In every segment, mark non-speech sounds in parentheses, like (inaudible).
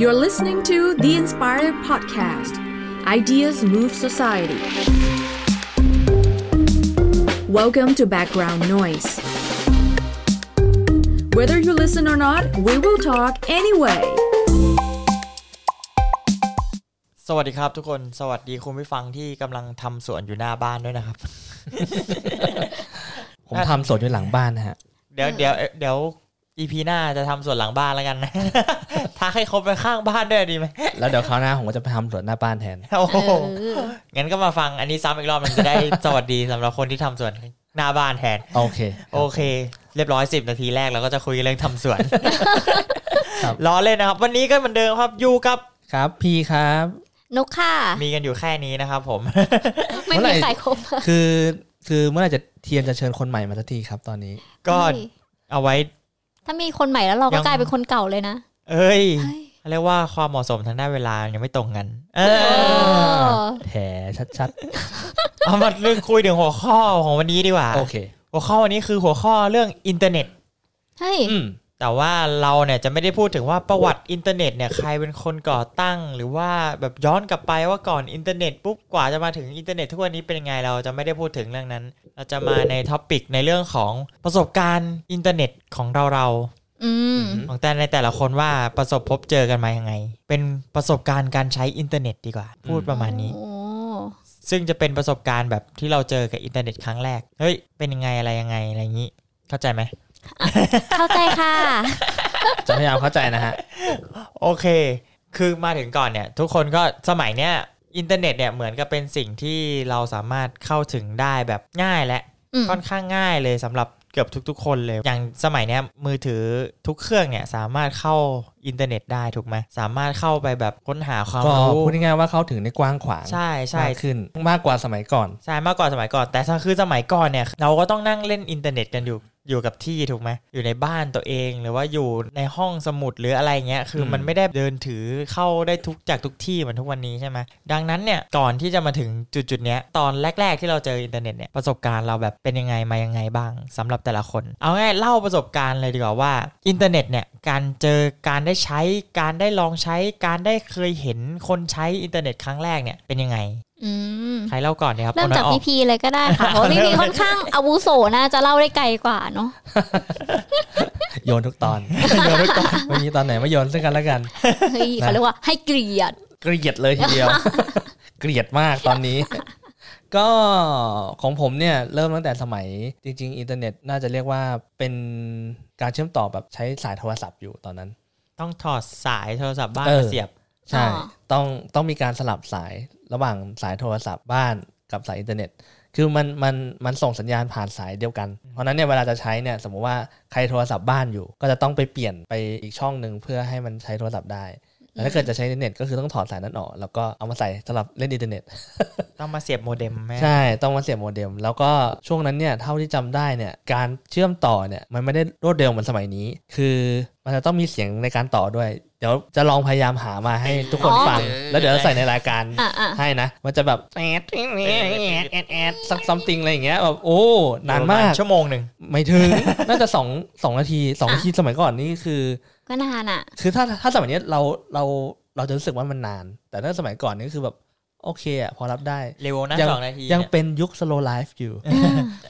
You're listening to The Inspired Podcast Ideas Move Society. Welcome to Background Noise. Whether you listen or not, we will talk anyway. สวัสดีครับทุกคนสวัสดีคุณผู้ฟังที่กำลังทำสวนอยู่หน้าบ้านด้วยนะครับ ผมทำสดอยู่หลังบ้านนะฮะ เดี๋ยวเดี๋ยวเดี๋ยวอีพีหน้าจะทำสวนหลังบ้านแล้วกันนะ (laughs) ทักให้ครบไปข้างบ้านด้วยดีไหม แล้วเดี๋ยวคราวหน้าผมก็จะไปทำสดหน้าบ้านแทน โอ้โห เออ งั้นก็มาฟังอันนี้ซ้ำอีกรอบหนึ่งจะได้ สวัสดีสำหรับคนที่ทำสวนหน้าบ้านแทน โอเค โอเค เรียบร้อยสิบนาทีแรกเราก็จะคุยเรื่องทำสวน ครับ (laughs) ล้อเล่นนะครับ วันนี้ก็เหมือนเดิมครับอยู่กับ ครับพี่ครับ นกค่ะ มีกันอยู่แค่นี้นะครับ ผม (laughs) ไม่ เมื่อไหร่ มีใครครบ คือคือเมื่อไหร่จะเทียนจะเชิญคนใหม่มาสักทีครับตอนนี้ ก็ เฮ้ย เอาไว้ ถ้ามีคนใหม่แล้วเรา ยั ก็ ง กลายเป็นคนเก่าเลยนะ เอ้ย เฮ้ย เรียกว่าความเหมาะสมทางด้านเวลายังไม่ตรงกัน เอ เอ อ อ แถชัด เอามาเรื่องคุยถึงหัวข้อของวันนี้ดีกว่า ๆ โอเค หัวข้อวันนี้คือหัวข้อเรื่องอินเทอร์เน็ต เฮ้ย อืม แต่ว่าเราเนี่ยจะไม่ได้พูดถึงว่าประวัติอินเทอร์เน็ตเนี่ยใครเป็นคนก่อตั้ง หรือว่าแบบย้อนกลับไปว่าก่อนอินเทอร์เน็ตปุ๊บกว่าจะมาถึงอินเทอร์เน็ตทุกวันนี้เป็นยังไงเราจะไม่ได้พูดถึงเรื่องนั้น เราจะมาในท็อปิกในเรื่องของประสบการณ์อินเทอร์เน็ตของเราเราๆ อืม อืม ของแต่ในแต่ละคนว่าประสบพบเจอกันมายังไง เป็นประสบการณ์การใช้อินเทอร์เน็ตดีกว่า พูดประมาณนี้ โอ้ ซึ่งจะเป็นประสบการณ์แบบที่เราเจอกับอินเทอร์เน็ตครั้งแรก เฮ้ย เป็นยังไงอะไรยังไงอะไรอย่างนี้ เข้าใจไหม เข้าใจค่ะ จะพยายามเข้าใจนะฮะ โอเค คือมาถึงก่อนเนี่ย ทุกคนก็สมัยเนี้ยอินเทอร์เน็ตเนี่ยเหมือนกับเป็นสิ่งที่เราสามารถเข้าถึงได้แบบง่ายและ อืม ค่อนข้างง่ายเลยสำหรับเกือบทุก ๆ คนเลย อย่างสมัยเนี้ยมือถือทุกเครื่องเนี่ยสามารถเข้าอินเทอร์เน็ตได้ถูกไหมสามารถเข้าไปแบบค้นหาความ ก็ รู้ พูดง่ายๆว่าเข้าถึงได้กว้างขวาง ใช่ใช่ มากขึ้นมากกว่าสมัยก่อน ใช่มากกว่าสมัยก่อน แต่ถ้าคือสมัยก่อนเนี่ยเราก็ต้องนั่งเล่นอินเทอร์เน็ตกันอยู่อยู่กับที่ถูกไหมอยู่ในบ้านตัวเองหรือว่าอยู่ในห้องสมุดหรืออะไรเงี้ยคืออ ม มันไม่ได้เดินถือเข้าได้ทุกจากทุกที่เหมือนทุกวันนี้ใช่ไหมดังนั้นเนี่ยก่อนที่จะมาถึงจุดจุดๆเนี้ยตอนแรก ๆ ที่เราเจออินเทอร์เน็ตเนี่ยประสบการณ์เราแบบเป็นยังไงมายังไงบ้างสำหรับแต่ละคน เอาง่ายเล่าประสบการณ์เลยดีกว่าว่าอินเทอร์เน็ตเนี่ยการเจอการได้ใช้การได้ลองใช้การได้เคยเห็นคนใช้อินเทอร์เน็ตครั้งแรกเนี่ยเป็นยังไง อืม ใครเล่าก่อนเนี่ยครับ เริ่ม อ จาก น้อยออ พีพีเลยก็ได้ค่ะเพราะพีพีค่อนข้างอาวุโสนะจะเล่าได้ไกลกว่าเนาะ โยนทุกตอน (laughs) โยนทุกตอนไม่มีตอนไหนไม่โยนซึ่งกันและกัน เฮ้ยเขาเรียกว่าให้เกลียด เกลียดเลยทีเดียว (laughs) เกลียดมากตอนนี้ (laughs) ก็ของผมเนี่ยเริ่มตั้งแต่สมัยจริง ๆ อินเทอร์เน็ตน่าจะเรียกว่าเป็นการเชื่อมต่อแบบใช้สายโทรศัพท์อยู่ตอนนั้น ต้องถอดสายโทรศัพท์บ้าน เออ มาเสียบ ใช่ อ๋อ ต้องต้องมีการสลับสายระหว่างสายโทรศัพท์บ้านกับสายอินเทอร์เน็ต คือมันมันมันส่งสัญญาณผ่านสายเดียวกัน เพราะฉะนั้นเนี่ยเวลาจะใช้เนี่ยสมมติว่าใครโทรศัพท์บ้านอยู่ ก็จะต้องไปเปลี่ยนไปอีกช่องหนึ่งเพื่อให้มันใช้โทรศัพท์ได้แต่ถ้าเกิดจะใช้อินเทอร์เน็ตก็คือต้องถอดสายนั้นออกแล้วก็เอามาใส่สลับเล่นอินเทอร์เน็ต ต้องมาเสียบโมเด็มไหม ใช่ ต้องมาเสียบโมเด็ม แล้วก็ช่วงนั้นเนี่ย เท่าที่จำได้เนี่ย การเชื่อมต่อเนี่ย มันไม่ได้รวดเร็วเหมือนสมัยนี้ คือมันจะต้องมีเสียงในการต่อด้วย เดี๋ยวจะลองพยายามหามาให้ทุกคน อ๋อ ฟัง แล้วเดี๋ยวจะใส่ในรายการ อ่ะอ่ะ ให้นะ มันจะแบบแอดแอดแอดแอดซักซัมติงอะไรอย่างเงี้ย แบบ โอ้ นานมาก ชั่วโมงหนึ่ง ไม่ถึง น่าจะสองสองนาทีสองนาทีสมัยก่อนนี่คือ ก็นานอ่ะ คือถ้าถ้าสมัยเนี้ยเราเราเราจะรู้สึกว่ามันนาน แต่ถ้าสมัยก่อนนี่คือแบบโอเคอะพอรับได้ เร็วนะ ยัง สองนาที ยัง เนี่ย เป็นยุค slow life อยู่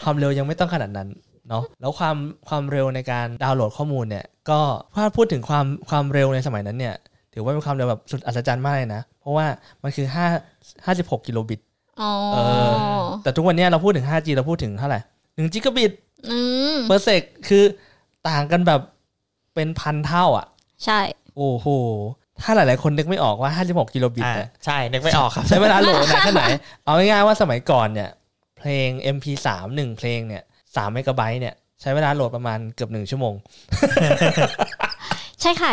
ความเร็วยังไม่ต้องขนาดนั้นเนาะแล้วความความเร็วในการดาวน์โหลดข้อมูลเนี่ย ก็ถ้าพูดถึงความความเร็วในสมัยนั้นเนี่ย ถือว่าเป็นความเร็วแบบสุดอัศจรรย์มากเลยนะ เพราะว่ามันคือ5 56 กิโลบิต อ๋อ เอ แต่ทุกวันเนี้ยเราพูดถึง 5G เราพูดถึงเท่าไหร่1จิกะบิต อืม เปอร์เซกคือต่างกันแบบเป็นพันเท่าอ่ะ ใช่ โอ้โห ถ้าหลาย ๆ คนนึกไม่ออกว่า 56 กิโลบิต อ่า เนี่ย ใช่นึกไม่ออกครับ ใช้เวลาโหลดนานแค่ไหน เอาง่ายๆว่าสมัยก่อนเนี่ย เพลง MP3 หนึ่งเพลงเนี่ยสามเมกะไบต์เนี่ย ใช้เวลาโหลดประมาณเกือบหนึ่งชั่วโมง ใช่ค่ะ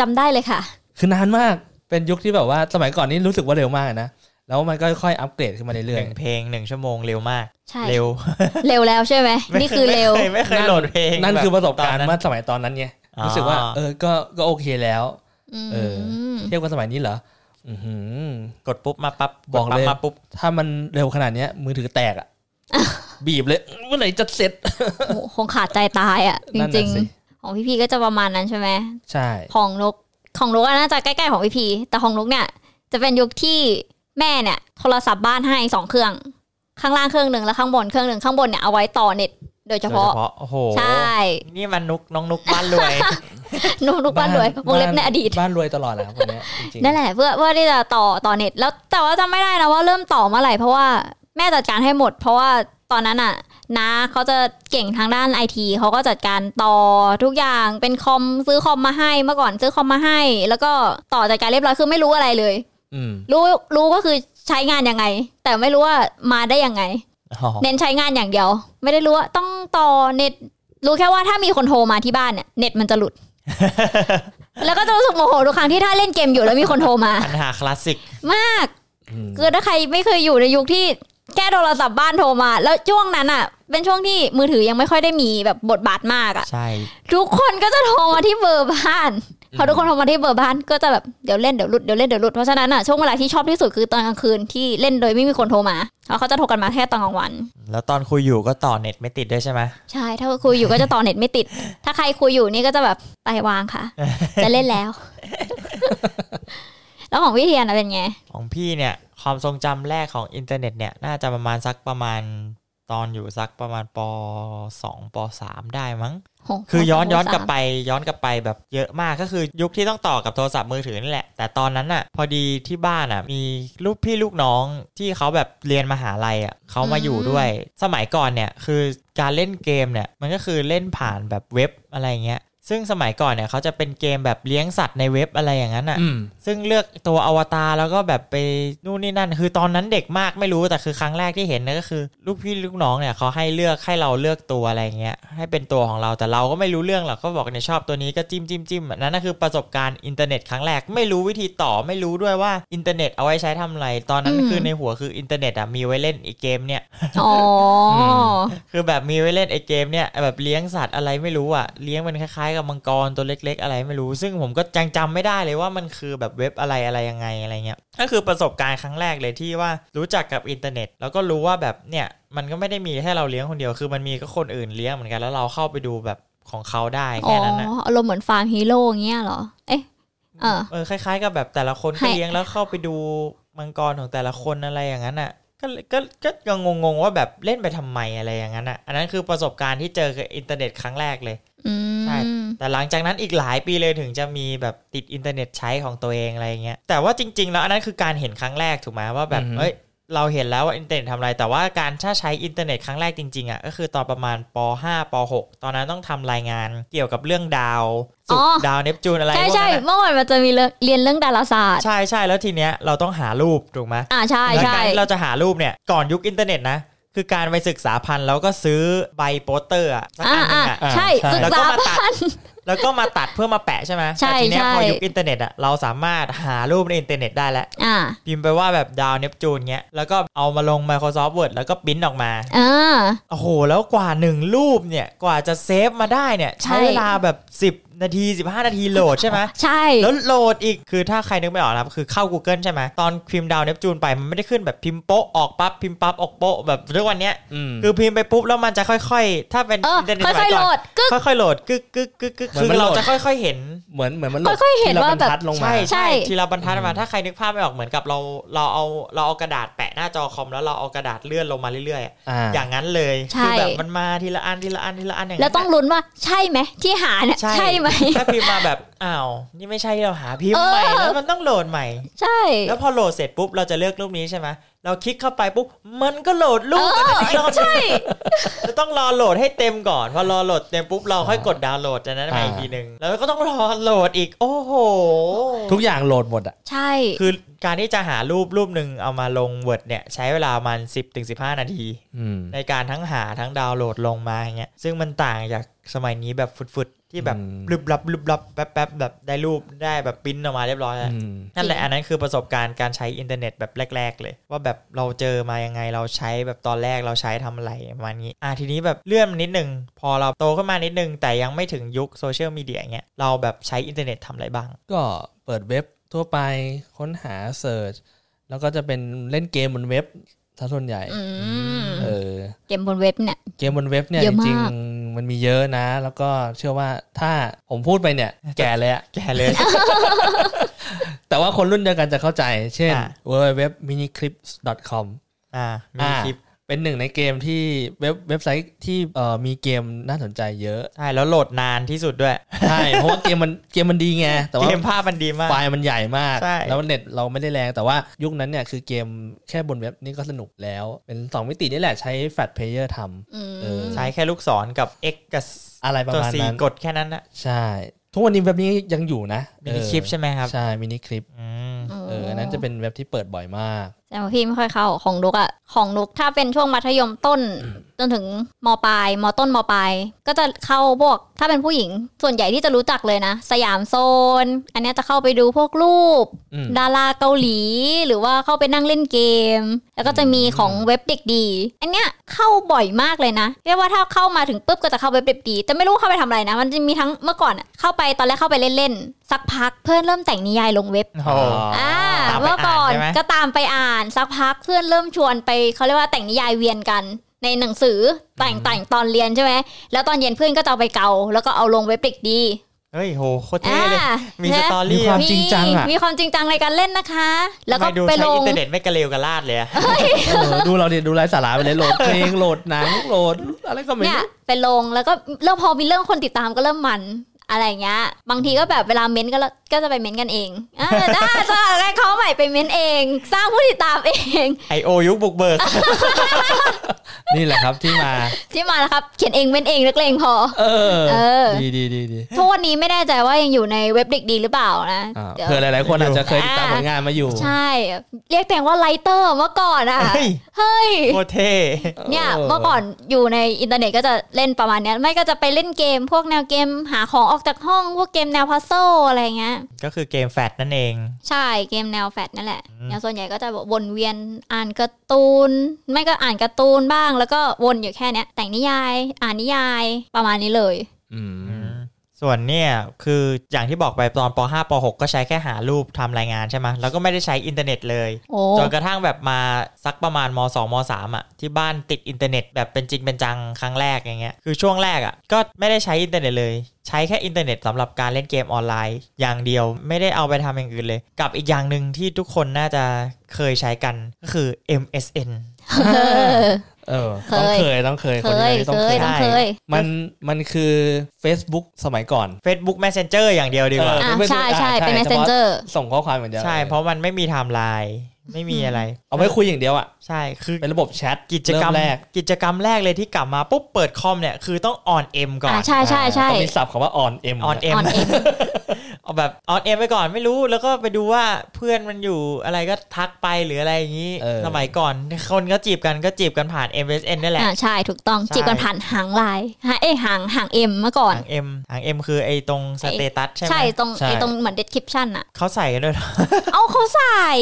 จำได้เลยค่ะ คือนานมากเป็นยุคที่แบบว่าสมัยก่อนนี่รู้สึกว่าเร็วมากนะ แล้วมันก็ค่อยๆอัปเกรดขึ้นมา ห เรื่อย นึ่งเพลงหนึ่งชั่วโมงเร็วมาก ใช่ เร็ว เร็วแล้วใช่ไหมนี่คือเร็ว ไม่คยไม่เคยโหลดเพลง ๆ นั่นคือประสบการณ์ ตนนั้น เมื่อสมัยตอนนั้นไง อ๋อ รู้สึกว่าเออก็ก็โอเคแล้ว อืม เออ เทียบกับสมัยนี้เหรออื้อหือ กดปุ๊บมาปั๊บ บอกเลย ดปั๊มาปุ๊บ ถ้ามันเร็วขนาดเนี้ยมือถือแตก (laughs) อะบีบเลยเมื่อไหร่จะเสร็จ โหคงขาดใจตายอ่ะ จ นั่นน่ะ ริง สิ ๆ ของพี่พีก็จะประมาณนั้นใช่ไหม ใช่ ของนก ของนุกอะน่าจะใกล้ๆของพี่พีแต่ของนุกเนี่ย จะเป็นยุคที่แม่เนี่ย โทรศัพท์บ้านให้สองเครื่อง ข้างล่างเครื่องหนึ่งแล้วข้างบนเครื่องหนึ่งข้างบนเนี่ยเอาไว้ต่อเน็ตโดยเฉ โดยเฉ พาะ พาะโอ้โห ใช่ นี่มันนุกน้องนุกบ้านรวย (laughs) นุกนุกบ้านรวยวงเล็บในอดีต บ้านรวยตลอดแหละครับคนเนี้ยจริงๆ นั่นแหละเพื่อเพื่อที่จะต่อต่อเน็ต แล้วแต่ว่าจำไม่ได้นะว่าเริ่มต่อเมื่อไหร่เพราะว่าแม่จัดการให้หมด เพราะว่าตอนนั้นอ่ะนาเขาจะเก่งทางด้านไอทีเขาก็จัดการต่อทุกอย่างเป็นคอมซื้อคอมมาให้เมื่อก่อนซื้อคอมมาให้ แล้วก็ต่อจัดการเรียบร้อยคือไม่รู้อะไรเลย อืม รู้รู้ก็คือใช้งานยังไง แต่ไม่รู้ว่ามาได้ยังไง อ๋อ เน้นใช้งานอย่างเดียว ไม่ได้รู้ว่าต้องต่อเน็ต รู้แค่ว่าถ้ามีคนโทรมาที่บ้านเนี่ยเน็ตมันจะ (laughs) หลุด แล้วก็จะรู้สึกโมโหทุกครั้งที่ถ้าเล่นเกมอยู่แล้วมีคนโทรมา ปัญหาคลาสสิก มาก อืม คือถ้าใครไม่เคยอยู่ในยุคที่แค่โทรศัพท์บ้านโทรมา แล้วช่วงนั้นอ่ะ เป็นช่วงที่มือถือยังไม่ค่อยได้มีแบบบทบาทมากอ่ะ ใช่ ทุกคนก็จะโทรมาที่เบอร์บ้านพอทุกคนโทรมาที่เบอร์บ้านก็จะแบบเดี๋ยวเล่นเดี๋ยวหลุดเดี๋ยวเล่นเดี๋ยวหลุดเพราะฉะนั้นอ่ะช่วงเวลาที่ชอบที่สุดคือตอนกลางคืนที่เล่นโดยไม่มีคนโทรมาแล้วเขาจะโทรกันมาแค่ตอนกลางวัน แล้วตอนคุยอยู่ก็ต่อเน็ตไม่ติดด้วยใช่ไหม ใช่ถ้าคุยอยู่ก็จะต่อเน็ตไม่ติด ถ้าใครคุยอยู่นี่ก็จะแบบไปวางค่ะ จะเล่น (laughs) แล้ว แล้วของพี่เทียนอะเป็นไง ของพี่เนี่ยความทรงจำแรกของอินเทอร์เน็ตเนี่ยน่าจะประมาณสักประมาณตอนอยู่สักประมาณปสองปสามได้มั้ง โห คือย้อนย้อนกลับ สาม ไปย้อนกลับไปแบบเยอะมากก็คือยุคที่ต้องต่อกับโทรศัพท์มือถือนี่แหละ แต่ตอนนั้นน่ะ พอดีที่บ้านอ่ะมีลูกพี่ลูกน้องที่เขาแบบเรียนมหาลัยอ่ะเขามาอยู่ด้วย สมัยก่อนเนี่ยคือการเล่นเกมเนี่ยมันก็คือเล่นผ่านแบบเว็บอะไรเงี้ยซึ่งสมัยก่อนเนี่ยเขาจะเป็นเกมแบบเลี้ยงสัตว์ในเว็บอะไรอย่างนั้นอ่ะ อืม ซึ่งเลือกตัวอวตารแล้วก็แบบไปนู่นนี่นั่น คือตอนนั้นเด็กมากไม่รู้แต่คือครั้งแรกที่เห็นเนยก็คือลูกพี่ลูกน้องเนี่ยเขาให้เลือกให้เราเลือกตัวอะไรเงี้ยให้เป็นตัวของเราแต่เราก็ไม่รู้เรื่องหรอกก็บอกเนี่ยชอบตัวนี้ก็จิ้มจิ้มจิ้มอันนั่นนะคือประสบการณ์อินเทอร์เน็ตครั้งแรกไม่รู้วิธีต่อไม่รู้ด้วยว่าอินเทอร์เน็ตเอาไว้ใช้ทำอะไร ตอนนั้นคือในหัวคืออินเทอร์เน็ตอ่ะมีไว้เล่นไอีเกมเนี่ย อ๋ออ คือแบบมีไว้เล่นไอเกมเนี่ยแบบเลี้ยงสัตว์อะไรไม่รู้อ่ะเลี้ยงมันคล้ายๆกับมังกรตัวเล็ก ๆ อะไรไม่รู้ ซึ่งผมก็จังจำไม่ได้เลยว่ามันคือแบบเว็บอะไรอะไรยังไงอะไรเงี้ยก็คือประสบการณ์ครั้งแรกเลยที่ว่ารู้จักกับอินเทอร์เน็ต แล้วก็รู้ว่าแบบเนี่ยมันก็ไม่ได้มีแค่เราเลี้ยงคนเดียวคือมันมีก็คนอื่นเลี้ยงเหมือนกันแล้วเราเข้าไปดูแบบของเขาได้ อ๋อ แค่นั้นนะ อารมณ์เหมือนฟาร์มฮีโร่อย่างเงี้ยเหรอ เอ๊ะ เออ เออคล้าย ๆ กับแบบแต่ละคน ให้ ก็เลี้ยงแล้วเข้าไปดูมังกรของแต่ละคนอะไรอย่างนั้นอ่ะก็ก็ก็ก็งงๆว่าแบบเล่นไปทำไมอะไรอย่างนั้นอ่ะอันนั้นคือประสบการณ์ที่เจอกับอินเทอร์เน็ตครั้งแรกเลย อืม ใช่ แต่หลังจากนั้นอีกหลายปีเลยถึงจะมีแบบติดอินเทอร์เน็ตใช้ของตัวเองอะไรเงี้ยแต่ว่าจริง ๆ แล้วอันนั้นคือการเห็นครั้งแรกถูกไหมว่าแบบเอ้ยเราเห็นแล้วว่าอินเทอร์เน็ตทำอะไร แต่ว่าการถ้าใช้อินเทอร์เน็ตครั้งแรกจริงๆอ่ะก็คือตอนประมาณป .5 ป .6 ตอนนั้นต้องทำรายงานเกี่ยวกับเรื่องดาวสุก อ๋อ ร์ดาวเนปจูนอะไรพว ใช่ ก ใช่ นั้นอะ เมื่อก่อนมันจะมีเรื่องเรียนเรื่องดาราศาสตร์ ใช่ใช่แล้วทีเนี้ยเราต้องหารูปถูกไหม อ่าใช่ แล้ว ใช่ การที่เราจะหารูปเนี่ยก่อนยุคอินเทอร์เน็ตนะคือการไปศึกษาพันธุ์แล้วก็ซื้อใบโปสเตอร์อะสัก อ่า อันหนึ อ่าง อะ ใช่ศึก แล้ว ษา ก็มาตัด แล้วก็มาตัดเพื่อมาแปะใช่ไหม ใช่ แต่ทีเนี้ย ใช่ พอยุคอินเทอร์เน็ตอะเราสามารถหารูปในอินเทอร์เน็ตได้แล้ว อ่า พิมพ์ไปว่าแบบดาวเนปจูนเงี้ย แล้วก็เอามาลง Microsoft Word แล้วก็ปริ้นออกมา อ่า โอ้โห แล้วกว่าหนึ่งรูปเนี่ย กว่าจะเซฟมาได้เนี่ย ใช้ ใช่ เวลาแบบ 10 นาที 15 นาทีโหลดใช่ไหม ใช่ แล้วโหลดอีกคือถ้าใครนึกไม่ออกนะครับคือเข้า Google ใช่ไหมตอนพิมพ์ดาวเนปจูนไปมันไม่ได้ขึ้นแบบพิมพ์โป๊ะออกปั๊บพิมพ์ปั๊บออกโป๊ะแบบทุกวันเนี้ย อืม คือพิมพ์ไปปุ๊บแล้วมันจะค่อย ๆ ถ้าเป็น เออ อินเทอร์เน็ต ค่ สมั อย ย ๆโห ก่อลน ดกึก ค่อยๆ โหลดกึกกึกกึกกึก เหมือน คือ มันโหล เรา ด จะค่อยๆ เห็น เหมือนเหมือนมันหลบ ค่อยๆเห็น ทีละ ว่าแบบรบรทัดลงมา ใช่ ใช่ ใช่ทีละบรรทัดมา ถ้าใครนึกภาพไม่ออกเหมือนกับเราเราเอาเราเอากระดาษแปะหน้าจอคอมแล้วเราเอากระดาษเลื่อนลงมาเรื่อยๆอะ อ่า อย่างนั้นเลย ใช่ คือแบบมันมาทีละอันทีละอันทีละอันอย่าง แล้ นั้ วน ต้องลุ้นว่าใช่ไหมที่หาเนี่ยใช่ไหม ถ้าพิมพ์มาแบบอ้าวนี่ไม่ใช่ที่เราหาพิมพ์ เออ ใหม่แล้วมันต้องโหลดใหม่ ใช่ แล้วพอโหลดเสร็จปุ๊บเราจะเลือกรูปนี้ใช่ไหมเราคลิกเข้าไปปุ๊บมันก็โหลดรูปอันนั้นอีกรอบหนึง ใช่ จะต้องรอโหลดให้เต็มก่อน พอรอโหลดเต็มปุ๊บเราค่อยกดดาวน์โหลดจากนั้นไป อ่า อีกทีหนึ่งแล้วก็ต้องรอโหลดอีกโอ้โห ทุกอย่างโหลดหมดอ่ะ ใช่ คือการที่จะหารูปรูปหนึ่งเอามาลง Word เนี่ย ใช้เวลาประมัน 10ถึง15 นาที อืม ในการทั้งหาทั้งดาวน์โหลดลงมาอย่างเงี้ยซึ่งมันต่างจากสมัยนี้แบบฟุดๆ ที่แบบ อืม ลึบลับลึบลับแป๊บแป๊บแบบได้รูปได้แบบปริ้นออกมาเรียบร้อยแล้ว อืม นั่นแหละอันนั้นคือประสบการณ์การใช้อินเทอร์เน็ตแบบแรก ๆ เลย ว่าแบบเราเจอมายังไงเราใช้แบบตอนแรกเราใช้ทำอะไรประมาณนี้อ่ะทีนี้แบบเลื่อนมานิดนึง พอเราโตขึ้นมานิดนึง แต่ยังไม่ถึงยุคโซเชียลมีเดียเงี้ยเราแบบใช้อินเทอร์เน็ตทำอะไรบ้าง ก็เปิดเว็บทั่วไปค้นหาเสิร์ชแล้วก็จะเป็นเล่นเกมบนเว็บซะส่วนใหญ่ อืม เออ เกมบนเว็บเนี่ย เกมบนเว็บเนี่ย เย จ อะมาก ริงๆ มันมีเยอะนะ แล้วก็เชื่อว่าถ้าผมพูดไปเนี่ย แก่เลยอะ แกเลย แต่ว่าคนรุ่นเดียวกันจะเข้าใจ เช่น อ่ะ www.miniclips.com อ่ามีคลิป อ่าเป็นหนึ่งในเกมที่เว็บเว็บไซต์ที่เอ่อมีเกมน่าสนใจเยอะ (laughs) ใช่แล้วโหลดนานที่สุดด้วย ใช่ เพราะว่าเกมมันเกมมันดีไง แต่ว่า เกมภาพมันดีมาก ไฟล์มันใหญ่มาก ใช่ แล้วเน็ตเราไม่ได้แรง แต่ว่ายุคนั้นเนี่ยคือเกมแค่บนเว็บนี่ก็สนุกแล้ว เป็น 2 มิตินี่แหละใช้แฟลชเพลเยอร์ท อืม เออ ใช้แค่ลูกศรกับ X กับ ำอะไรประ ตัว มาณ C นั้น กดแค่นั้นนะ ใช่ ทุกวันนี้เว็บนี้ยังอยู่นะ มีคลิปใช่ไหมครับ ใช่มินิคลิป อืม เอออันนั้นจะเป็นเว็บที่เปิดบ่อยมาก แต่ว่าพี่ไม่ค่อยเข้าของนุกอะของนุกถ้าเป็นช่วงมัธยมต้น จนถึงมปลายมต้นมปลายก็จะเข้าพวก ถ้าเป็นผู้หญิงส่วนใหญ่ที่จะรู้จักเลยนะ สยามโซน อันเนี้ยจะเข้าไปดูพวกรูป อืม ดาราเกาหลีหรือว่าเข้าไปนั่งเล่นเกม แล้วก็จะมีของเว็บเด็กดี อันเนี้ยเข้าบ่อยมากเลยนะเรียกว่าถ้าเข้ามาถึงปุ๊บก็จะเข้าเว็บเด็กดี แต่ไม่รู้เข้าไปทำอะไรนะ มันจะมีทั้งเมื่อก่อนอะเข้าไปตอนแรกเข้าไปเล่นๆสักพักเพื่อนเริ่มแต่งนิยายลงเว็บ โอ้โห อ่า ตามไป เมื่อก่อน อ่านใช่ไหม ก็ตามไปอ่านสักพักเพื่อนเริ่มชวนไปเขาเรียกว่าแต่งนิยายเวียนกัน ในหนังสือแต่งแต่งตอนเรียนใช่ไหมแล้วตอนเย็นเพื่อนก็จะเอาไปเกาแล้วก็เอาลงเว็บเด็กดี เฮ้ยโหโคตรเท่ อ่า เลยมีส และ ตอรี่ มีคอะวามจริงจังอะ มีความจริงจังในการเล่นนะคะ แล้วก็ ทำมดู ไป ใช้ ลง อินเทอร์เน็ตไม่กระเลวกระลาดเลยอะ (laughs) เออดูเราดิดูไร้สาระไปเลยโหลดเพลงโหลดหนังโหลดอะไรก็ไม่ เนี่ย รู้ ไปลงแล้วก็เริ่มพอมีเรื่องคนติดตามก็เริ่มมันอะไรอย่างเงี้ย บางทีก็แบบเวลาเม้นต์ก็ละก็จะไปเม้นต์กันเองอ่าได้จะ (laughs) อะไรเขาใหม่ไปเม้นต์เอง สร้างผู้ติดตามเอง ไอโอยุคบุกเบิ (laughs) ก นี่แหละครับที่มา ที่มานะครับ เขียนเองเม้นต์เองนักเลงพอ เออ เออ ดีดีดีดี ทุกวันนี้ไม่แน่ใจว่ายังอยู่ในเว็บเด็กดีหรือเปล่านะ อ่า ดี๋ยว เผื่อหลาย ๆ คนอาจจะเคยติดตาม อ่า ผลงานมาอยู่ ใช่ เรียกแต่งว่าไลเตอร์เมื่อก่อนอ่ะ เฮ้ย เฮ้ย โคตรเท่ เนี่ยเมื่อก่อนอยู่ในอินเทอร์เน็ตก็จะเล่นประมาณเนี้ยไม่ก็จะไปเล่นเกม พวกแนวเกมหาของออกจากห้อง พวกเกมแนวพัซโซอะไรเงี้ย ก็คือเกมแฟดนั่นเอง ใช่เกมแนวแฟลชนั่นแหละ อืม อย่างส่วนใหญ่ก็จะวนเวียนอ่านการ์ตูน ไม่ก็อ่านการ์ตูนบ้าง แล้วก็วนอยู่แค่เนี้ยแต่งนิยาย อ่านนิยายประมาณนี้เลย อืม ส่วนเนี่ยคืออย่างที่บอกไปตอนป .5 ป .6 ก็ใช้แค่หารูปทำรายงานใช่ไหมแล้วก็ไม่ได้ใช้อินเทอร์เน็ตเลย โอ้ จนกระทั่งแบบมาสักประมาณม 2ม3อ่ะที่บ้านติดอินเทอร์เน็ตแบบเป็นจริงเป็นจังครั้งแรกอย่างเงี้ยคือช่วงแรกอ่ะก็ไม่ได้ใช้อินเทอร์เน็ตเลย ใช้แค่อินเทอร์เน็ตสำหรับการเล่นเกมออนไลน์ อย่างเดียวไม่ได้เอาไปทำอย่างอื่นเลย กับอีกอย่างหนึ่งที่ทุกคนน่าจะเคยใช้กันก็คือ MSN เออ เออ เคย ต้องเคยต้องเคยนเคย นี้ต้อง เค เค ย ย ต้อง ได้ เคย มันมันคือ Facebook สมัยก่อน Facebook Messenger อย่างเดียวดีกว่า เออ อ่า เป็น ใช่ใช่ Facebook เป็น อ่าใช่ messenger ส่งข้อความอย่างเดียว ใช่ เพราะมันไม่มีไทม์ไลน์ไม่มีอะไร เอาไว้คุยอย่างเดียวอ่ะ ใช่คือ เป็นระบบแชท กิจกรรม เแรก กิจกรรมแรกเลยที่กลับมาปุ๊บเปิดคอมเนี่ยคือต้องออนเอ็มก่อ อ่าน ใช่ใช่ใช่ ต้องมีศัพท์คำว่า on m ออนเอ็ม อ่อนเอ็ม เอาแบบออนเอ็มไปก่อนไม่รู้แล้วก็ไปดูว่าเพื่อนมันอยู่อะไรก็ทักไปหรืออะไรอย่างนี้ เออ สมัยก่อนคนก็จีบกันก็จีบกันผ่าน MSN นี่แหละ อ่าใช่ถูกต้อง ใช่ จีบกันผ่านหางไลายฮะเอ้ยหางหางเอ็มเมื่อก่อน ทางเอ็มทางเอ็มคือไอ้ตรงสเตตัสใช่ไหม ใช่ตรง ใช่ ไอ้ตรงเหมือน description อะ เขาใส่กันด้วยเหรอ (laughs) เอาเขาใส่ (laughs)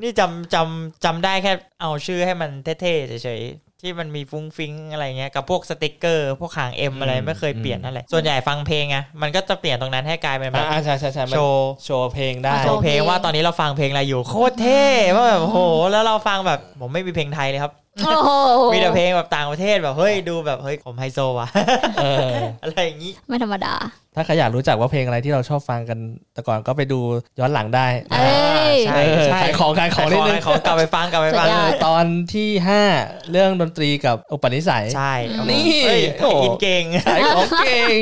นี่จำจำจำได้แค่เอาชื่อให้มันเท่ๆเฉยๆที่มันมีฟุ้งฟิ้งอะไรเงี้ยกับพวกสติกเกอร์ พวกหางเอ็มอะไรไม่เคยเปลี่ยนนั่นแหละส่วนใหญ่ฟังเพลงอะมันก็จะเปลี่ยนตรงนั้นให้กลายเป็นแบบ อ่าใช่ใช่ใช่มัน โชว์ โชว์เพลงได้ อ่า โชว์เพลงว่าตอนนี้เราฟังเพลงอะไรอยู่โคตรเท่ว่าแบบโอ้โหแล้วเราฟังแบบผมไม่มีเพลงไทยเลยครับ โอ้โห มีแต่เพลงแบบต่างประเทศแบบเฮ้ยดูแบบเฮ้ยผมไฮโซว่ะ (laughs) เออ อะไรอย่างงี้ ไม่ธรรมดา ถ้าใครอยากรู้จักว่าเพลงอะไรที่เราชอบฟังกัน แต่ก่อนก็ไปดูย้อนหลังได้ เอ้ย ใช่ เออ ใช่ ขายของขายของนิดนึง ขายของกลับไปฟังกลับไปฟัง สุดยอด ตอนที่ 5 เรื่องดนตรีกับอุปนิสัย ใช่ นี่ เฮ้ย โอ้โห กินเก่ง (laughs) ขายของเก่ง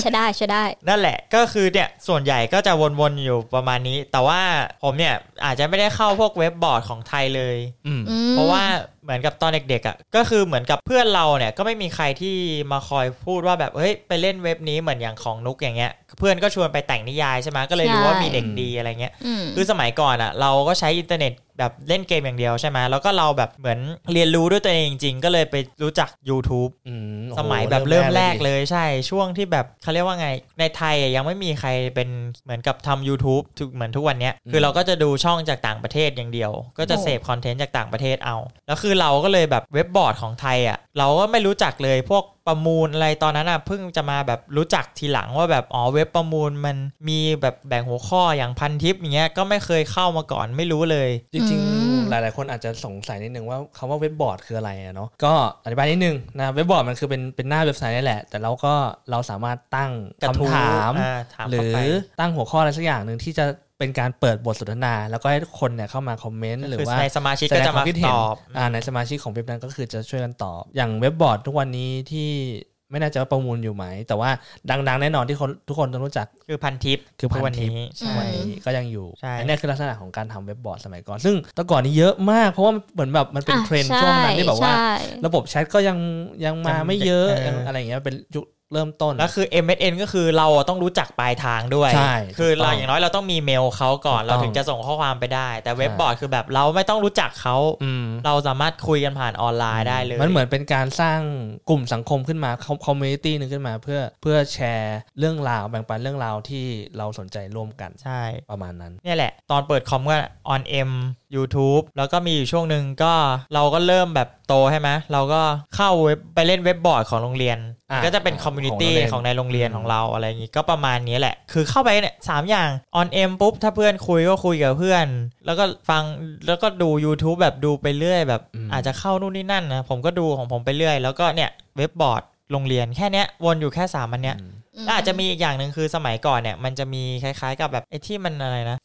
ใช่ได้ใช่ได้ นั่นแหละก็คือเนี่ยส่วนใหญ่ก็จะวนๆอยู่ประมาณนี้ แต่ว่าผมเนี่ยอาจจะไม่ได้เข้าพวกเว็บบอร์ดของไทยเลย อืม อืม เพราะว่าเหมือนกับตอนเด็กๆอ่ะก็คือเหมือนกับเพื่อนเราเนี่ยก็ไม่มีใครที่มาคอยพูดว่าแบบเฮ้ยไปเล่นเว็บนี้เหมือนอย่างของนุกอย่างเงี้ยเพื่อนก็ชวนไปแต่งนิยายใช่ไหมก็เลยรู้ว่ามีเด็กดีอะไรเงี้ย อืม คือสมัยก่อนอ่ะเราก็ใช้อินเทอร์เน็ตแบบเล่นเกมอย่างเดียวใช่ไหมแล้วก็เราแบบเหมือนเรียนรู้ด้วยตัวเองจริงๆก็เลยไปรู้จัก YouTube อืโอ้โห สมัยแบบเริ่มแรกเลยใช่ช่วงที่แบบเขาเรียกว่าไง ในไทยอะยังไม่มีใครเป็นเหมือนกับทำ YouTube ทุกเหมือนทุกวันเนี้ยคือเราก็จะดูช่องจากต่างประเทศอย่างเดียว ก็จะ โอ้ เสพคอนเทนต์จากต่างประเทศเอา แล้วคือเราก็เลยแบบเว็บบอร์ดของไทยอ่ะเราก็ไม่รู้จักเลยพวกประมูลอะไรตอนนั้นอ่ะเพิ่งจะมาแบบรู้จักทีหลังว่าแบบอ๋อเว็บประมูลมันมีแบบแบ่งหัวข้ออย่างพันทิปอย่างเงี้ยก็ไม่เคยเข้ามาก่อนไม่รู้เลย จริง อืม ๆ ห หลาย ๆ คนอาจจะสงสัยนิดนึงว่าคำว่าเว็บบอร์ดคืออะไรอะเนาะก็อธิบายนิดนึงนะเว็บบอร์ดมันคือเป็นเป็นหน้าเว็บไซต์นี่แหละ แต่เราก็เราสามารถตั้ง กระทู้ คำถาม อ่าถาม หรื เข้า อ ไป ตั้งหัวข้ออะไรสักอย่างหนึ่งที่จะเป็นการเปิดบทสนทนา แล้วก็ให้คนเนี่ยเข้ามาคอมเมนต์หรือว่า ในสมาชิกก็จะมาตอบ อ่าในสมาชิกของเว็บนั้นก็คือจะช่วยกันตอบ อย่างเว็บบอร์ดทุกวันนี้ที่ไม่น่าจะว่าประมูลอยู่ไหม แต่ว่าดัง ๆ แน่นอนที่คนทุกคนต้องรู้จัก คือพันทิป คือพันทิป ทุกวัใช่อืม วันนี้ก็ยังอยู่ ใช่ อันนี้คือลักษณะของการทำเว็บบอร์ดสมัยก่อน ซึ่งแต่ก่อนนี้เยอะมาก เพราะว่ามันเหมือนแบบมันเป็น อ่ะ เทรนด์ช่วงนั้นที่แบบว่า ใช่ ระบบแชทก็ยังยังมาไม่เยอะยังอะไรอย่างเงี้ยเป็นยุคเริ่มต้น แล้วคือ MSN ก็คือเราต้องรู้จักปลายทางด้วย ใช่ คือเรา ถูกต้อง อย่างน้อยเราต้องมีเมลเขาก่อน ถูกต้ เรา อง ถึงจะส่งข้อความไปได้ แต่เว็บบอร์ดคือแบบเราไม่ต้องรู้จักเขา อืม เราสามารถคุยกันผ่านออนไลน์ได้เลย มันเหมือนเป็นการสร้างกลุ่มสังคมขึ้นมาคอมมูนิตี้นึงขึ้นมาเพื่อเพื่อแชร์เรื่องราวแบ่งปันเรื่องราวที่เราสนใจร่วมกัน ใช่ ประมาณนั้น เนี่ยแหละ ตอนเปิดคอมก็ on m YouTube แล้วก็มีอยู่ช่วงหนึ่งก็เราก็เริ่มแบบโตใช่ไหมเราก็เข้าเว็บไปเล่นเว็บบอร์ดของโรงเรียน อ่า ก็จะเป็นคอมมูนิตี้ ข ข อ อง ง โรงเรียน ในโรงเรียน อืม ของเราอะไรอย่างงี้ก็ประมาณนี้แหละ คือเข้าไปเนี่ยสามอย่าง on m ปุ๊บ ถ้าเพื่อนคุยก็คุยกับเพื่อน แล้วก็ฟังแล้วก็ดู YouTube แบบดูไปเรื่อยแบบ อาจจะเข้านู่นนี่นั่นนะผมก็ดูของผมไปเรื่อย แล้วก็เนี่ยเว็บบอร์ดโรงเรียนแค่เนี้ยวนอยู่แค่สามอันเนี้ย ม แล้วอาจจะมีอีกอย่างหนึ่งคือสมัยก่อนเนี่ยมันจะมีคล้ายๆกับแบบไอ้ที่มันอะไรนะ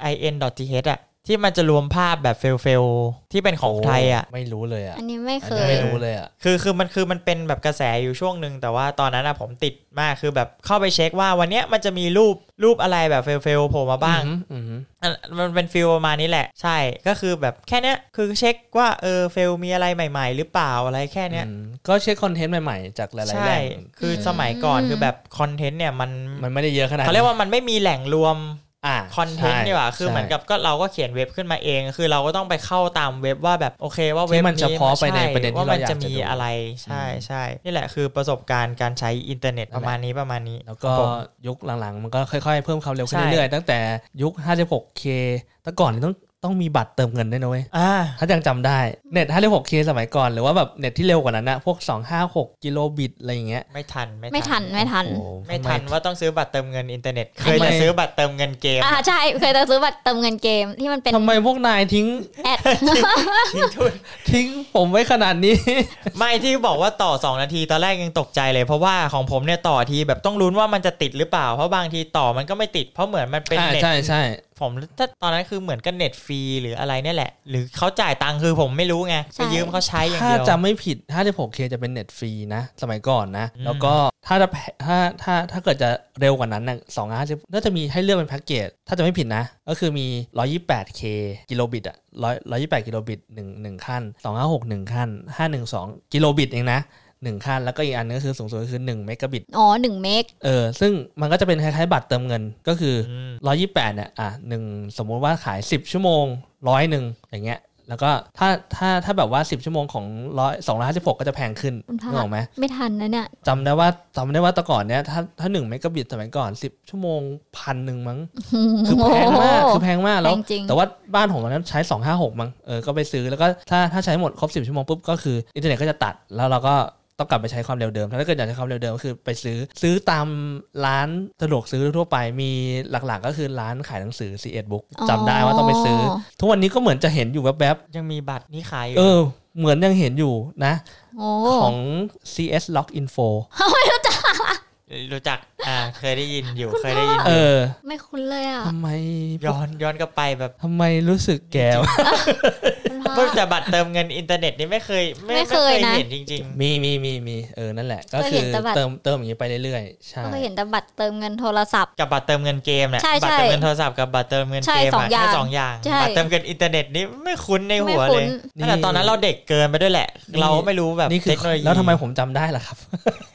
fail.in.th อะที่มันจะรวมภาพแบบ fail fail ที่เป็นของไทยอะ โไม่รู้เลยอ่ะ อันนี้ไม่ อัน เค นี้ ย ไม่รู้เลยอ่ะ คือคือมันคือมันเป็นแบบกระแสอยู่ช่วงหนึ่งแต่ว่าตอนนั้นอะผมติดมากคือแบบเข้าไปเช็คว่าวันเนี้ยมันจะมีรูปรูปอะไรแบบ fail fail โผล่มาบ้าง อืมอืม อันมันเป็นฟิลประมาณนี้แหละ ใช่ก็คือแบบแค่เนี้ยคือเช็คว่าเออเฟลมีอะไรใหม่ ๆ หรือเปล่าอะไรแค่เนี้ย อืมก็เช็คคอนเทนต์ใหม่ๆ จากหลายๆแห ใช่ ล่ง คือสมัยก่อน อืม คือแบบคอนเทนต์เนี่ยมัน มันไม่ได้เยอะขนาด เขาเรียกว่ามันไม่มีแหล่งรวม อ่า คอนเทนต์ ใช่ ดีกว่า คือเหมือนกับก็เราก็เขียนเว็บขึ้นมาเอง คือเราก็ต้องไปเข้าตามเว็บว่าแบบโอเคว่า ใช่ เว็บ ที่มันเฉพาะไปใน ช่ ประเด็นที่ ว่า เรา มัน อยาก จะ จะ มี ดู อะไร ใช่ใช่ นี่แหละคือประสบการณ์การใช้อินเทอร์เน็ต นั่ ป น ระ แหละ มาณนี้ประมาณนี้ แล้วก็ ครับผม ยุคหลังๆ มันก็ค่อยๆ เพิ่มความเร็วขึ้น ใช่ เรื่อยๆ ตั้งแต่ยุค 56K แต่ก่อนนี่ต้องต้องมีบัตรเติมเงินด้วยนะเว้ย อ่า ถ้ายังจำได้เน็ต 56K สมัยก่อน หรือว่าแบบเน็ตที่เร็วกว่านั้นนะพวก 256 กิโลบิตอะไรอย่างเงี้ย ไม่ทัน ไม่ทันไม่ทัน โอ้โห ไม่ ทำ ทันว่าต้องซื้อบัตรเติมเงินอินเทอร์เน็ต เค ทำ ย ไม จะซื้อบัตรเติมเงินเกม อ่าใช่เคยจะซื้อบัตรเติมเงินเกมที่มันเป็น ทำไมพวกนายทิ้ง แอ (laughs) ด ทิ้งทุน ทิ้งผมไว้ขนาดนี้ ไม่ที่บอกว่าต่อ 2 นาทีตอนแรกยังตกใจเลย เพราะว่าของผมเนี่ยต่อทีแบบต้องลุ้นว่ามันจะติดหรือเปล่า เพราะบางทีต่อมันก็ไม่ติด เพราะเหมือนมันเป็น อ่า เน็ต ใช่ใช่ ผมถ้าตอนนั้นคือเหมือนกันเน็ตฟรีหรืออะไรเนี่ยแหละ หรือเขาจ่ายตังค์คือผมไม่รู้ไง ใช่ ไปยืมเขาใช้อย่าง ถ้า เดียว จำไม่ผิด 56K จะเป็นเน็ตฟรีนะ สมัยก่อนนะ อืม แล้วก็ถ้าจะแพถ้าถ้าถ้าเกิดจะเร็วกว่านั้นนะ250น่าจะมีให้เลือกเป็นแพ็กเกจ ถ้าจะไม่ผิดนะ ก็คือมี 128K กิโลบิตอะ100 128กิโลบิต1 1ขั้น 256 1 ขั้น 512 กิโลบิตเองนะ 1 ขั้น แล้วก็อีกอันนึงก็คือสูงสุดก็คือ1เมกะบิต อ๋อหนึ่งเมก เออ ซึ่งมันก็จะเป็นคล้ายๆบัตรเติมเงิน ก็คืออ ม 128เนี่ย อ่ะหนึ่งสมมุติว่าขาย 10 ชั่วโมงร้อยหนึ่งอย่างเงี้ย แล้วก็ถ้าถ้าถ้าแบบว่า 10 ชั่วโมงของร้อยสองร้อยห้าสิบหกก็จะแพงขึ้น คุณพระ นึกออกไหม ไม่ทันนะเนี่ย จำได้ว่าจำได้ว่าแต่ก่อนเนี้ยถ้าถ้าหนึ่งเมกะบิตสมัยก่อน 10 ชั่วโมงพันหนึ่งมั้ง คือแพงมาก คือแพงมากแล้ว แพงจริง แต่ว่าบ้านผมตอนนั้นใช้ 256 มั้ง เออ ก็ไปซื้อ แล้วก็ถ้าถ้าใช้หมดครบ 10 ชั่วโมงปุ๊บ ก็คืออินเทอร์เน็ตก็จะตัด แล้วเราก็ต้องกลับไปใช้ความเร็วเดิม ถ้าเกิดอยากใช้ความเร็วเดิมก็คือไปซื้อ ซื้อตามร้านสะดวกซื้อทั่วไป มีหลักๆ ก็คือร้านขายหนังสือ c ีเอ็ดบุ๊กจำได้ว่าต้องไปซื้อ ทุกวันนี้ก็เหมือนจะเห็นอยู่แวบ ยังมีบัตรนี่ขายอยู่ ๆ เออ เหมือนยังเห็นอยู่นะ โอ้ ของ CS Log Info รู้จักอ่าเคยได้ยิน (laughs) อยู่เคยได้ยินอ เอยู่ อ ไม่คุ้นเลยอ่ะ ทำไม ย้อนย้อนกลับไปแบบ ทำไมรู้สึกแก่วะ คุณพระ เพิ่งแต่บัตรเติมเงินอินเทอร์เน็ตนี่ไม่เคย ไม่เคยนะ เห็นจริง มีมีมีมีเออนั่นแหละก็ เคย คื เห็ อน แต่บัตร เติมเติมอย่างนี้ไปเรื่อยๆ ใช่ ก็เคยเห็นแต่บัตรเติมเงินโทรศัพท์ ๆ กับบัตรเติมเงินเกมเนี่ย ใช่ บัตร ใช่ เติมเงินโทรศัพท์กับบัตรเติมเงิน ใช่ เกม สอง อะ อย่าง แค่สองอย่าง ใช่ บัตรเติมเงินอินเทอร์เน็ตนี่ไม่คุ้นในหัว ไม่คุ้ เลยนตั้งแต่ตอนนั้นเราเด็กเกินไปด้วยแหละ นี่ เราก็ไม่รู้แบบ นี่คื เท อ คโนโลยี แล้วทำไมผมจำได้ล่ะครับ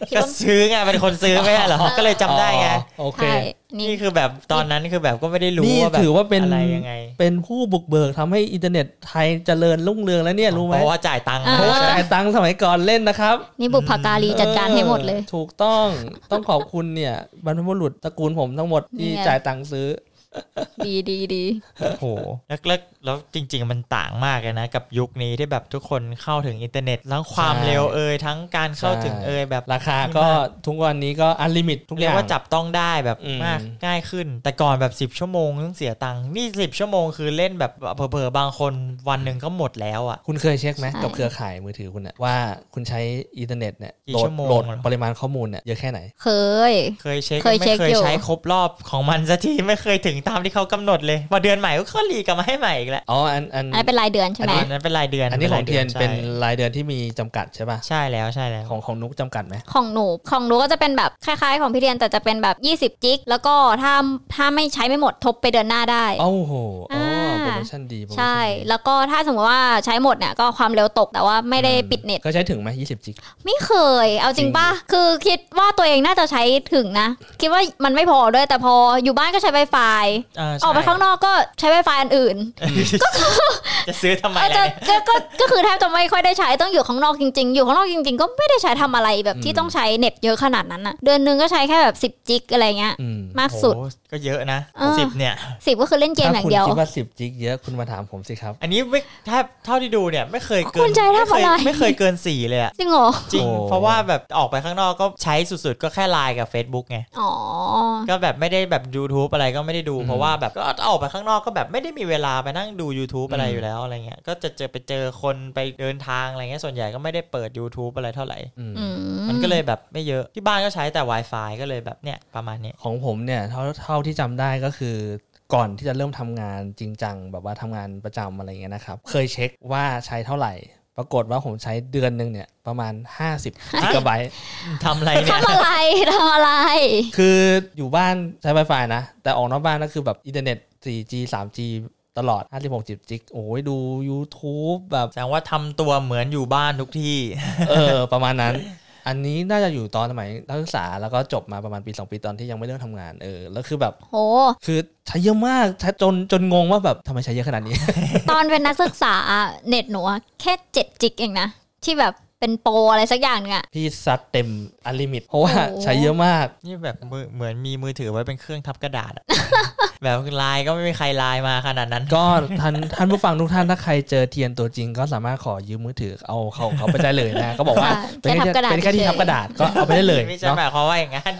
คิด ก็ ว่า ซื้อไงเป็นคนซื้อไม่ใช่เหรอก็เลยจำได้ไง อ๋อโอเค ใช่นี่ นี่คือแบบตอนนั้นคือแบบก็ไม่ได้รู้ นี่ ว่าแบบ ถือว่าเป็น อะไรยังไง เป็นผู้บุกเบิกทำให้อินเทอร์เน็ตไทยเจริญรุ่งเรืองแล้วเนี่ยรู้ไหม เพราะว่าจ่ายตังค์ เพราะว่า ใช่ไหม จ่ายตังค์สมัยก่อนเล่นนะครับ นี่บุพการีจัดการให้หมดเลย ออถูกต้องต้องขอบคุณเนี่ยบรรพบุรุษตระกูลผมทั้งหมดที่ เนี่ย จ่ายตังค์ซื้อ ดีดีดี โอ้โหแล้วแล้วแล้วจริง ๆ มันต่างมากเลยนะ กับยุคนี้ที่แบบทุกคนเข้าถึงอินเทอร์เน็ตทั้งความ ใช่ เร็วเอ่ยทั้งการเข้าถึงเอ่ยแบบ ราคาก็ทุกวันนี้ก็อันลิมิตทุกอ เรีย ย่ากง ว่าจับต้องได้แบบ อืม มากง่ายขึ้น แต่ก่อนแบบ 10 ชั่วโมงต้องเสียตังค์นี่ 10 ชั่วโมงคือเล่นแบบเผลอๆบางคนวันหนึ่งก็หมดแล้วอ่ะ คุณเคยเช็คไหมกับเครือข่ายมือถือคุณอะว่าคุณใช้อินเทอร์เน็ตเนี่ย กี่ โหล ชั่ ด วโมง โหลด เหรอ ปริมาณข้อมูลเนี่ยเยอะแค่ไหน เคย เคยเช็ค เคยเช็ ไม่ ค เคย อยู่ ใช้ครบรอบของมันสักทีไม่เคยถึงตามที่เขากำหนดเลยพอเดือนใหม่ก็เขารีกลับมาให้ใหม่อีกแล้ว อ๋ออันอัน อันนั้นเป็นรายเดือนใช่ไหม อันนั้นเป็นรายเดือน อันนี้ของเทียน ใช่ เป็นรายเดือนที่มีจำกัดใช่ป่ะ ใช่แล้วใช่แล้ว ของของนุกจำกัดไหม ของหนูของหนูก็จะเป็นแบบคล้ายๆ ของพี่เรียนแต่จะเป็นแบบ 20 จิก แล้วก็ถ้าถ้าไม่ใช้ไม่หมดทบไปเดือนหน้าได้ โอ้โหอ๋ออา โปรโมชั่นดีโปรโมชั่น ใช่ ดี แล้วก็ถ้าสมมติว่าใช้หมดเนี่ยก็ความเร็วตกแต่ว่าไม่ได้ปิดเน็ต ก็ใช้ถึงไหมยี่สิบจิก ไม่เคย เอาจริง จริง ป่ะ คือคิดว่าตัวเองน่าจะใช้ถึงนะ คิดว่ามันไม่พอด้วย แต่พออยู่บ้านก็ใช้ Wi-Fi ออกไปข้างนอกก็ใช้ Wi-Fi อันอื่น ก็คือจะซื้อทำไม ก็จะ ล่ะเนี่ย ก็ก็ก็คือแทบจะไม่ค่อยได้ใช้ต้องอยู่ข้างนอกจริง ๆ อยู่ข้างนอกจริง ๆ ก็ไม่ได้ใช้ทำอะไรแบบที่ต้องใช้เน็ตเยอะขนาดนั้นอะเดือนหนึงก็ใช้แค่แบบ10จิกอะไรเงี้ย อืม มากสุด โอ้โหก็เยอะนะ เออ สิบเนี่ย สิบก็คือเล่นเกมอย่างเดียว ถ้าคุณคิดว่าสิบจิกเยอะคุณมาถามผมสิครับ อันนี้ไม่ถ้าเท่าที่ดูเนี่ย ไม่เคยเกิ คุณใจไม่ทำเคย อะไร ไม่เคยเกินสี่เลยอะ จริงเหรอ จริง โอ้ เพราะว่าแบบออกไปข้างนอกก็ใช้สุดๆ ก็แค่ไลน์กับ Facebook ไง อ๋อ ก็แบบไม่ได้แบบ YouTube อะไรก็ไม่ได้ดู เพราะว่าแบบก็ออกไปข้างนอกก็แบบไม่ได้มีเวลาไปนั่งดู YouTube อะไรอยู่แล้วอะไรเงี้ยก็จะเจอไปเจอคนไปเดินทางอะไรเงี้ยส่วนใหญ่ก็ไม่ได้เปิด YouTube อะไรเท่าไหร่ อืม อื มันก็เลยแบบไม่เยอะที่บ้านก็ใช้แต่ Wi-Fi ก็เลยแบบเนี่ยประมาณนี้ (laughs) ของผมเนี่ยเท่าเท่าที่จำได้ก็คือ ก่อนที่จะเริ่มทำงานจริงจังแบบว่าทำงานประจำอะไรอย่างเงี้ยนะครับ เคยเช็คว่าใช้เท่าไหร่ ปรากฏว่าผมใช้เดือนหนึ่งเนี่ยประมาณ 50กิกะไบต์ ทำอะไรเนี่ย ทำอะไรทำอะไร คืออยู่บ้านใช้ Wi-Fi นะ แต่ออกนอกบ้านก็คือแบบอินเทอร์เน็ต 4G 3G ตลอด56จิบจิกโอ้ยดู YouTube แบบ แสดงว่าทำตัวเหมือนอยู่บ้านทุกที่ (laughs) เออ ประมาณนั้น อันนี้น่าจะอยู่ตอนสมัยนักศึกษาแล้วก็จบมาประมาณปี 2 ปีตอนที่ยังไม่เริ่มทำงานเออแล้วคือแบบ โห คือใช้เยอะมากใช้จนจนงงว่าแบบทำไมใช้เยอะขนาดนี้ (laughs) ตอนเป็นนักศึกษาอะเน็ตหนูอะแค่เจ็ดจิกเองนะ ที่แบบเป็นโปรอะไรสักอย่างเนี่ย พี่ซัดเต็มอลิมิต เพราะว่า โอ้ ใช้เยอะมาก นี่แบบมือเหมือนมีมือถือไว้เป็นเครื่องทับกระดาษอะ แบบไลน์ก็ไม่มีใครไลน์มาขนาดนั้น ก็ท่านท่านผู้ฟังทุกท่านถ้าใครเจอเทียนตัวจริง ก็สามารถขอยืมมือถือเอาเขาเขาไปได้เลยนะเขาบอกว่า ค่ะ เป็น แค่แค่ทับกระดาษ เป็นแค่ที่ เฉยๆ ทับกระดาษก็เอาไปได้เลย ไม่ใช่ เนาะ หมายความว่าอย่างนั้น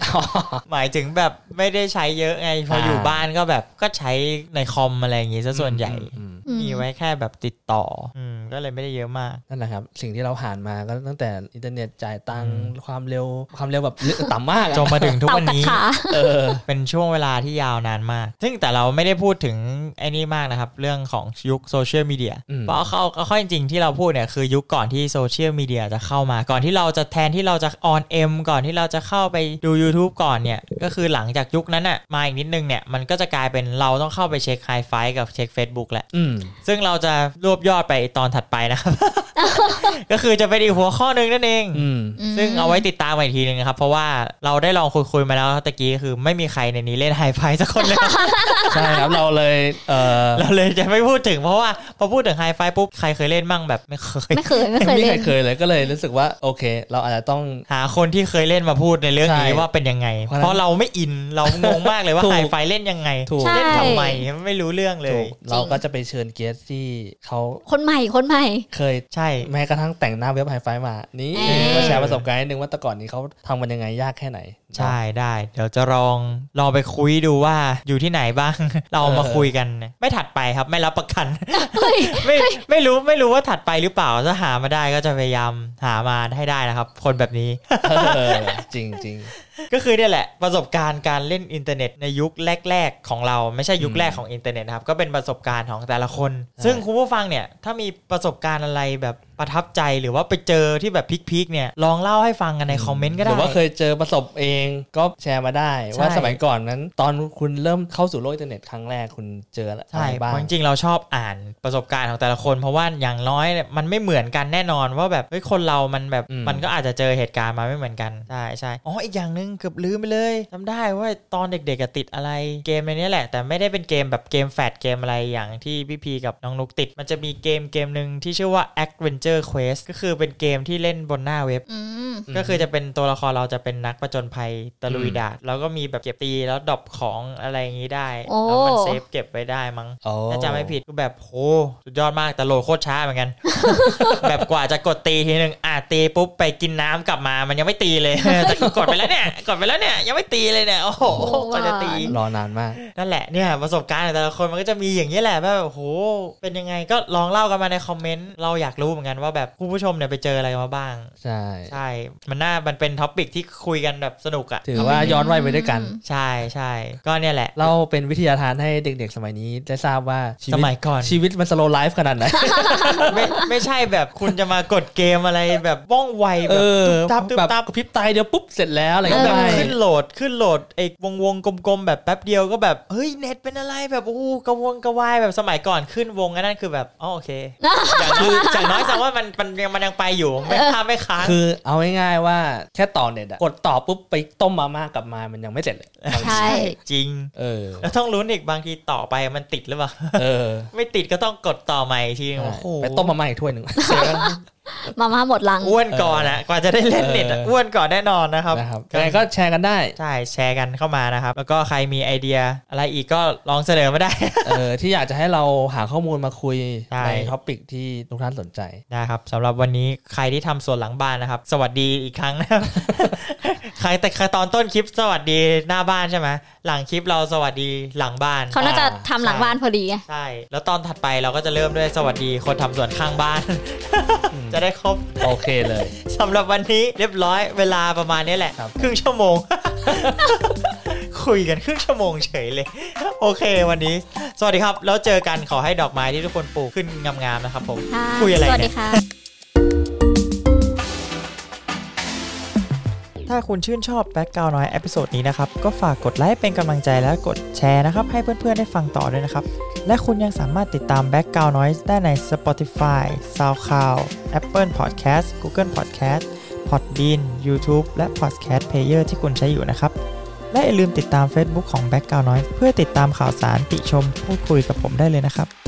หมายถึงแบบไม่ได้ใช้เยอะไงพออยู่ อ่า บ้านก็แบบก็ใช้ในคอมอะไรอย่างงี้ (laughs) ซะส่วนใหญ่ อืม อืม มีไว้แค่แบบติดต่ออืมก็เลยไม่ได้เยอะมาก นั่นแหละครับ สิ่งที่เราผ่านมาก็ตั้งแต่อินเทอร์เน็ตจ่ายตังค์ อืม ความเร็วความเร็วแบบ (laughs) ต่ำมากอะ จนมาถึงทุก เต่า วัน กัด นี้ ขา เออ เป็นช่วงเวลาที่ยาวนานมาก ซึ่งแต่เราไม่ได้พูดถึงไอ้นี่มากนะครับ เรื่องของยุคโซเชียลมีเดีย อืม เพราะเขาเขาข้อจริงๆที่เราพูดเนี่ยคือยุคก่อนที่โซเชียลมีเดียจะเข้ามา ก่อนที่เราจะแทนที่เราจะออนเอ็มก่อนที่เราจะเข้าไปดู YouTube ก่อนเนี่ย ก็คือหลังจากยุคนั้นอะ่ะมาอีกนิดนึงเนี่ย มันก็จะกลายเป็นเราต้องเข้าไปเช็คไฮไฟกับเช็ค Facebook แหละ อืม ซึ่งเราจะรวบยอดไปตอนถัดไปนะครับ (laughs) ก็คือจะเป็นอีกหัวข้อหนึ่งนั่นเอง อืม อืม ซึ่งเอาไว้ติดตามกันอีกทีหนึงนะครับ เพราะว่าเราได้ลองคุยคุยๆมาแล้วตะกี้คือไม่มีใครในนี้เล่นไฮไฟสักคนเลย ใช่ครับเราเลยเออ (laughs) เราเลยจะไม่พูดถึงเพราะว่าพอพูดถึงไฮไฟปุ๊บ ใครเคยเล่นมั่งแบบไม่เคย ไม่เคยไม่เคย ไม่มี เล่ ใคร น เคยเลยก็เลยรู้สึกว่าโอเค เราอาจจะต้อง หาคนที่เคยเล่นมาพูดในเรื่องนี้ ใช่ ว่าเป็นยังไง เพราะ เพราะเราไม่อินเรางงมากเลยว่า ถูก ไฮไฟเล่นยังไง ถูก ใช่ เล่นทำไมไม่รู้เรื่องเล ถู ย กเราก็จะไปเชิญเกียรติที่เขา คนใหม่คนใหม่ (laughs) เคย ใช่ แม้กระทั่งแต่งหน้าเว็บไฮไฟมา นี่ เออ ก็แชร์ประสบการณ์นิดนึงว่าแต่ก่อนนี้เขาทำมันยังไงยากแค่ไหน ใช่ได้เดี๋ยวจะลองลองไปคุยดูว่าอยู่ที่ไหนบ้าง (laughs) เรามาคุยกันนะไม่ถัดไปครับไม่รับประกัน เฮ้ย ไม่ไม่รู้ไม่รู้ว่าถัดไปหรือเปล่าถ้าหามาได้ก็จะพยายามหามาให้ได้นะครับ คนแบบนี้ (laughs) เออจริงจริง ก็คือเนี่ยแหละประสบการณ์การเล่นอินเทอร์เน็ตในยุคแรก ๆ ของเราไม่ใช่ยุค อืม แรกของอินเทอร์เน็ตนะครับก็เป็นประสบการณ์ของแต่ละคน ใช่ ซึ่งคุณผู้ฟังเนี่ยถ้ามีประสบการณ์อะไรแบบประทับใจหรือว่าไปเจอที่แบบพีคๆเนี่ยลองเล่าให้ฟังกันในคอมเมนต์ก็ ห ได้ รือว่าเคยเจอประสบเองก็แชร์มาได้ ใช่ ว่าสมัยก่อนนั้น ตอนคุณเริ่มเข้าสู่โลกอินเทอร์เน็ตครั้งแรกคุณเจออะไร ใช่ บ้า เพ ง ราะจริงๆเราชอบอ่านประสบการณ์ของแต่ละคน เพราะว่าอย่างน้อยเนี่ยมันไม่เหมือนกันแน่นอนว่าแบบเฮ้ยคนเรา มันแบบ อืม มันก็อาจจะเจอเหตุการณ์มาไม่เหมือนกันใช่ใช่อ๋ออีกอย่างหนึ่งเกือบลืมไปเลยจำได้ว่าตอนเด็กๆอะติดอะไรเกมในนี้แหละ แต่ไม่ได้เป็นเกมแบบเกมแฟดเกมอะไรอย่างที่พี่พีกับน้องนุกติด มันจะมีเกมเกมหนึ่งที่ชื่อว่า a d v e n t Stranger Quest ก็คือเป็นเกมที่เล่นบนหน้าเว็บ อืม ม ก็คือจะเป็นตัวละครเราจะเป็นนักประจนภัยตะลุยดาดแล้วก็มีแบบเก็บตีแล้วดรอปของอะไรอย่างนี้ได้ โอ้ แล้วมันเซฟเก็บไว้ได้มั้ง โอ้ ถ้าจำไม่ผิดก็แบบโหสุดยอดมากแต่โหลดโคตรช้าเหมื (laughs) อนกัน แบบกว่าจะกดตีทีหนึ่งอ่ะตีปุ๊บไปกินน้ำกลับมามันยังไม่ตีเลย แต่กูกดไปแล้วเนี่ยกดไปแล้วเนี่ยยังไม่ตีเลยเนี่ยโอ้โหกว่าจะตี รอนานมาก นั่นแหละเนี่ยประสบการณ์ของแต่ละคนมันก็จะมีอย่างนี้ยแหละแบบโอ้โหเป็นยังไงก็ลองเล่ากันมาในคอมเมนต์เราอยากรู้เหมือนกันว่าแบบคุณผู้ชมเนี่ยไปเจออะไรมาบ้าง ใช่ ใช่มันน่ามันเป็นท็อปิกที่คุยกันแบบสนุกอะ ถือว่าย้อนวัยไปด้วยกัน ใช่ใช่ก็เนี่ยแหละ เราเป็นวิทยาทานให้เด็กๆ สมัยนี้ได้ทราบว่าชี ส วิต มัยก่อน ชีวิตมันสโลไลฟ์ขนาด (laughs) ไหน ไม่ไม่ใช่แบบคุณจะมากดเกมอะไรแบบว่องไวแบ เอบอ ตุ๊บตับตุ๊บ แบบ ตับ กระพริบตาเดียวปุ๊บเสร็จแล้วอะไรก็ แบบ ได้ ขึ้นโหลดขึ้นโหลดไอ้วงวงๆกลมๆแบบแป๊บเดียวก็แบบเฮ้ยเน็ตเป็นอะไรแบบโอ้โหกระวงกระวายแบบสมัยก่อนขึ้นวงอันนั้นคือแบบอ๋อโอเค (laughs) อย่างคืออย่างน้อยแสดงว่ามันมันยังมันยังไปอยู่ไม่ข้ามไม่ค้าง คือเอาง่ายๆว่าแค่ต่อเน็ตอะกดต่อปุ๊บไปต้มมาม่ากลับมามันยังไม่เสร็จเลย ใช่ จริง เออ แล้วต้องลุ้นอีกบางทีต่อไปมันติดหรือเปล่า (laughs) เออ ไม่ติดก็ต้องกดต่อใหม่อีกทีนึง ใช่ โอ้โห ไปต้มมาม่าอีกถ้วยหนึ่ง เสียเวลา มาม่าหมดลัง อ้วนก่อนอะกว่าจะได้เล่นเน็ตอะ เอออ้ อ้วนก่อนแน่นอนนะครับ นะครับยังไงก็แชร์กันได้ ใช่แชร์กันเข้ามานะครับ แล้วก็ใครมีไอเดียอะไรอีกก็ลองเสนอมาได้ เออ (laughs) ที่อยากจะให้เราหาข้อมูลมาคุย ใช่ ในท็อปิกที่ทุกท่านสนใจ นะครับสำหรับวันนี้ใครที่ทำส่วนหลังบ้านนะครับ สวัสดีอีกครั้งนะครับ (laughs) ใครแต่ตอนต้นคลิปสวัสดีหน้าบ้านใช่ไหมหลังคลิปเราสวัสดีหลังบ้าน เขาน่าจะทำหลังบ้านพอดีไง ใช่ แล้วตอนถัดไปเราก็จะเริ่มด้วยสวัสดีคนทำสวนข้างบ้าน (laughs) จะได้ครบ (laughs) โอเคเลย สำหรับวันนี้เรียบร้อยเวลาประมาณนี้แหละ ครับ ครึ่งชั่วโมง (laughs) คุยกันครึ่งชั่วโมงเฉยเลย โอเควันนี้ สวัสดีครับ แล้วเจอกันขอให้ดอกไม้ที่ทุกคนปลูกขึ้นงามๆนะครับผม ค่ะ คุยอะไร สวัส เนี่ ดี ย ค่ะ ถ้าคุณชื่นชอบแบ็กกราวน้อยเอพิโซดนี้นะครับ ก็ฝากกดไลค์เป็นกำลังใจและกดแชร์นะครับ ให้เพื่อนๆได้ฟังต่อด้วยนะครับ และคุณยังสามารถติดตาม Background Noise ได้ใน Spotify, SoundCloud, Apple Podcast, Google Podcast, Podbean, YouTube และ Podcast Player ที่คุณใช้อยู่นะครับ และอย่าลืมติดตาม Facebook ของ Background Noise เพื่อติดตามข่าวสารติชมพูดคุยกับผมได้เลยนะครับ